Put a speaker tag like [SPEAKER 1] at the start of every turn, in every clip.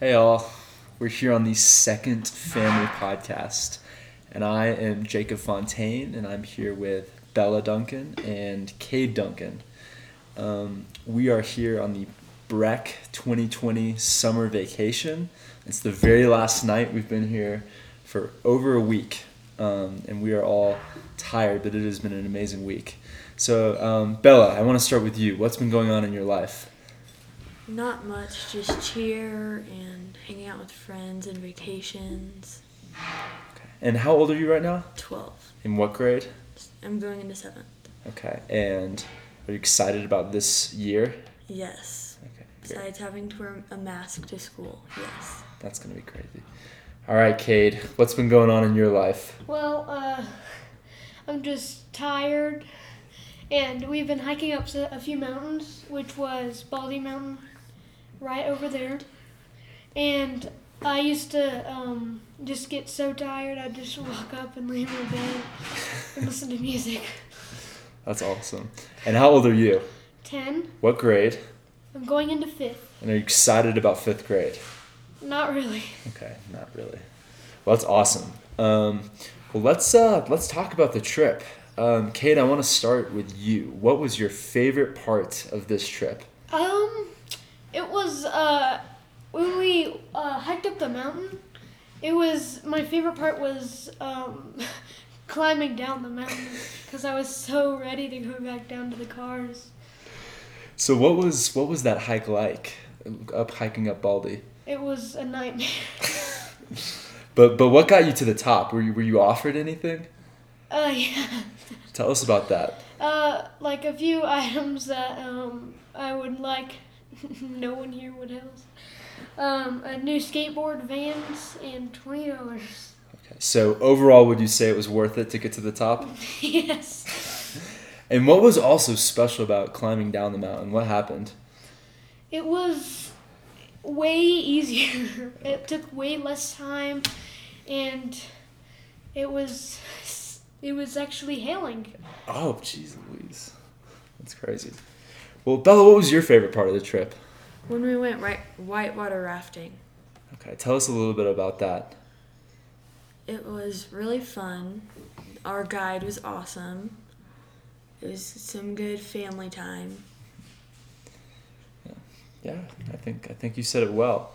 [SPEAKER 1] Hey all, we're here on the second family podcast, and I am Jacob Fontaine, and I'm here with Bella Duncan and Cade Duncan. Um, we are here on the Breck 2020 summer vacation. It's the very last night we've been here for over a week, um, and we are all tired, but it has been an amazing week. So, um, Bella, I want to start with you. What's been going on in your life?
[SPEAKER 2] Not much, just cheer and hanging out with friends and vacations.
[SPEAKER 1] And how old are you right now?
[SPEAKER 2] 12.
[SPEAKER 1] In what grade?
[SPEAKER 2] I'm going into 7th.
[SPEAKER 1] Okay, and are you excited about this year?
[SPEAKER 2] Yes.
[SPEAKER 1] Okay, great.
[SPEAKER 2] Besides having to wear a mask to school. Yes.
[SPEAKER 1] that's gonna be crazy. All right, Cade, what's been going on in your life?
[SPEAKER 3] Well, uh, I'm just tired, and we've been hiking up s- a few mountains, which was Baldy Mountain, right over there. And I used to um, just get so tired, I'd just walk up and lay in my bed and listen to music.
[SPEAKER 1] That's awesome. And how old are you?
[SPEAKER 3] Ten.
[SPEAKER 1] What grade?
[SPEAKER 3] I'm going into fifth.
[SPEAKER 1] And are you excited about fifth grade?
[SPEAKER 3] Not really.
[SPEAKER 1] Okay, not really. Well, that's awesome. Um, well, let's uh, let's talk about the trip. Um, Cade, I want to start with you. What was your favorite part of this trip?
[SPEAKER 3] Um, it was uh when we uh, hiked up the mountain. It was my favorite part was um climbing down the mountain because I was so ready to go back down to the cars.
[SPEAKER 1] So, what was what was that hike like? Up hiking up Baldy.
[SPEAKER 3] It was a nightmare.
[SPEAKER 1] But but what got you to the top? Were you were you offered anything?
[SPEAKER 3] Uh, yeah.
[SPEAKER 1] Tell us about that.
[SPEAKER 3] Uh, like a few items that um I would like. no one here would else. Um, a new skateboard, Vans, and twenty dollars.
[SPEAKER 1] Okay. So overall, would you say it was worth it to get to the top?
[SPEAKER 3] yes.
[SPEAKER 1] And what was also special about climbing down the mountain? What happened?
[SPEAKER 3] It was way easier. It took way less time, and it was it was actually hailing.
[SPEAKER 1] Oh, jeez Louise, that's crazy. Well, Bella, what was your favorite part of the trip?
[SPEAKER 2] When we went right, whitewater rafting,
[SPEAKER 1] Okay, tell us a little bit about that.
[SPEAKER 2] it was really fun. Our guide was awesome. It was some good family time.
[SPEAKER 1] Yeah, I think I think you said it well.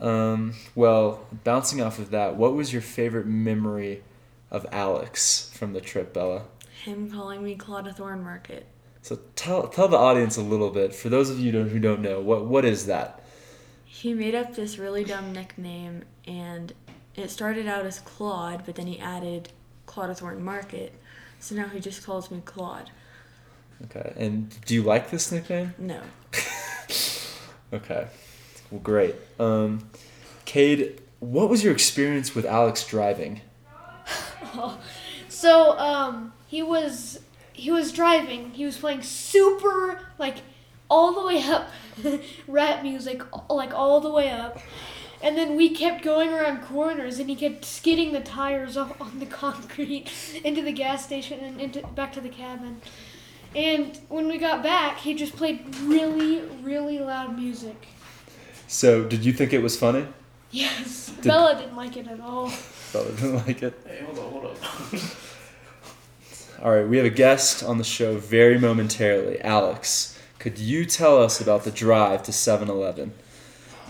[SPEAKER 1] Um, well, bouncing off of that, what was your favorite memory of Alex from the trip, Bella?
[SPEAKER 2] Him calling me Claudia Thorn Market.
[SPEAKER 1] So tell tell the audience a little bit. For those of you don't- who don't know, what what is that?
[SPEAKER 2] He made up this really dumb nickname, and it started out as Claude, but then he added Claudathorn Market, so now he just calls me Claude.
[SPEAKER 1] Okay. And do you like this nickname?
[SPEAKER 2] No,
[SPEAKER 1] Okay. Well, great. Um, Cade, what was your experience with Alex driving?
[SPEAKER 3] So um, he was he was driving. He was playing super like all the way up rap music, like all the way up. And then we kept going around corners, and he kept skidding the tires off on the concrete into the gas station and into back to the cabin. And when we got back, he just played really, really loud music.
[SPEAKER 1] So, did you think it was funny?
[SPEAKER 3] Yes, Bella didn't like it at all.
[SPEAKER 1] Bella didn't like it.
[SPEAKER 4] Hey, hold up, hold up.
[SPEAKER 1] All right, we have a guest on the show very momentarily. Alex, could you tell us about the drive to 7 Eleven?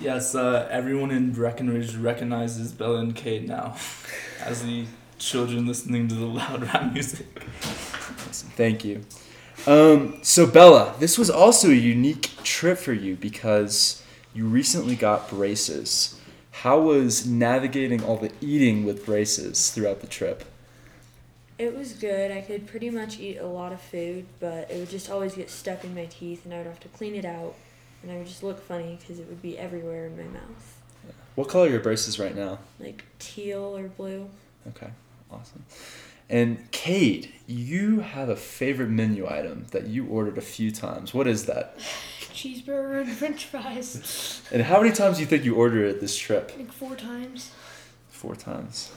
[SPEAKER 4] Yes, uh, everyone in Breckenridge recognizes Bella and Kate now as the children listening to the loud rap music.
[SPEAKER 1] Thank you. Um, so, Bella, this was also a unique trip for you because you recently got braces. How was navigating all the eating with braces throughout the trip?
[SPEAKER 2] it was good. I could pretty much eat a lot of food, but it would just always get stuck in my teeth, and I would have to clean it out, and I would just look funny because it would be everywhere in my mouth,
[SPEAKER 1] What color are your braces right now?
[SPEAKER 2] like teal or blue.
[SPEAKER 1] Okay, awesome. And Cade, you have a favorite menu item that you ordered a few times. What is that?
[SPEAKER 3] Cheeseburger and French fries,
[SPEAKER 1] And how many times do you think you ordered it this trip?
[SPEAKER 3] like four times.
[SPEAKER 1] Four times.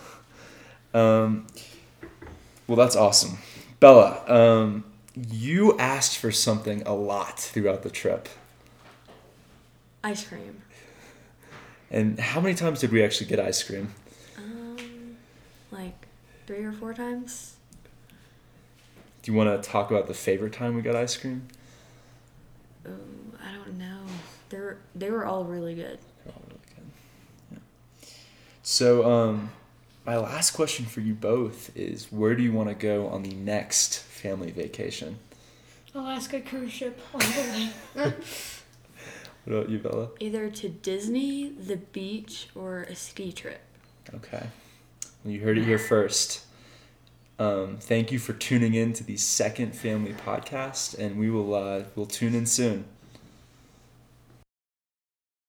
[SPEAKER 1] Um, well, that's awesome. Bella, um, you asked for something a lot throughout the trip.
[SPEAKER 2] Ice cream.
[SPEAKER 1] And how many times did we actually get ice cream?
[SPEAKER 2] Um, like three or four times.
[SPEAKER 1] Do you want to talk about the favorite time we got ice cream?
[SPEAKER 2] Oh, I don't know. They were they were all really good.
[SPEAKER 1] They're all really good. Yeah. So, um, my last question for you both is where do you want to go on the next family vacation?
[SPEAKER 3] Alaska cruise ship all the way.
[SPEAKER 1] What about you, Bella?
[SPEAKER 2] Either to Disney, the beach, or a ski trip.
[SPEAKER 1] Okay. Well, you heard it here first. Um, thank you for tuning in to the second family podcast, and we will uh, we'll tune in soon.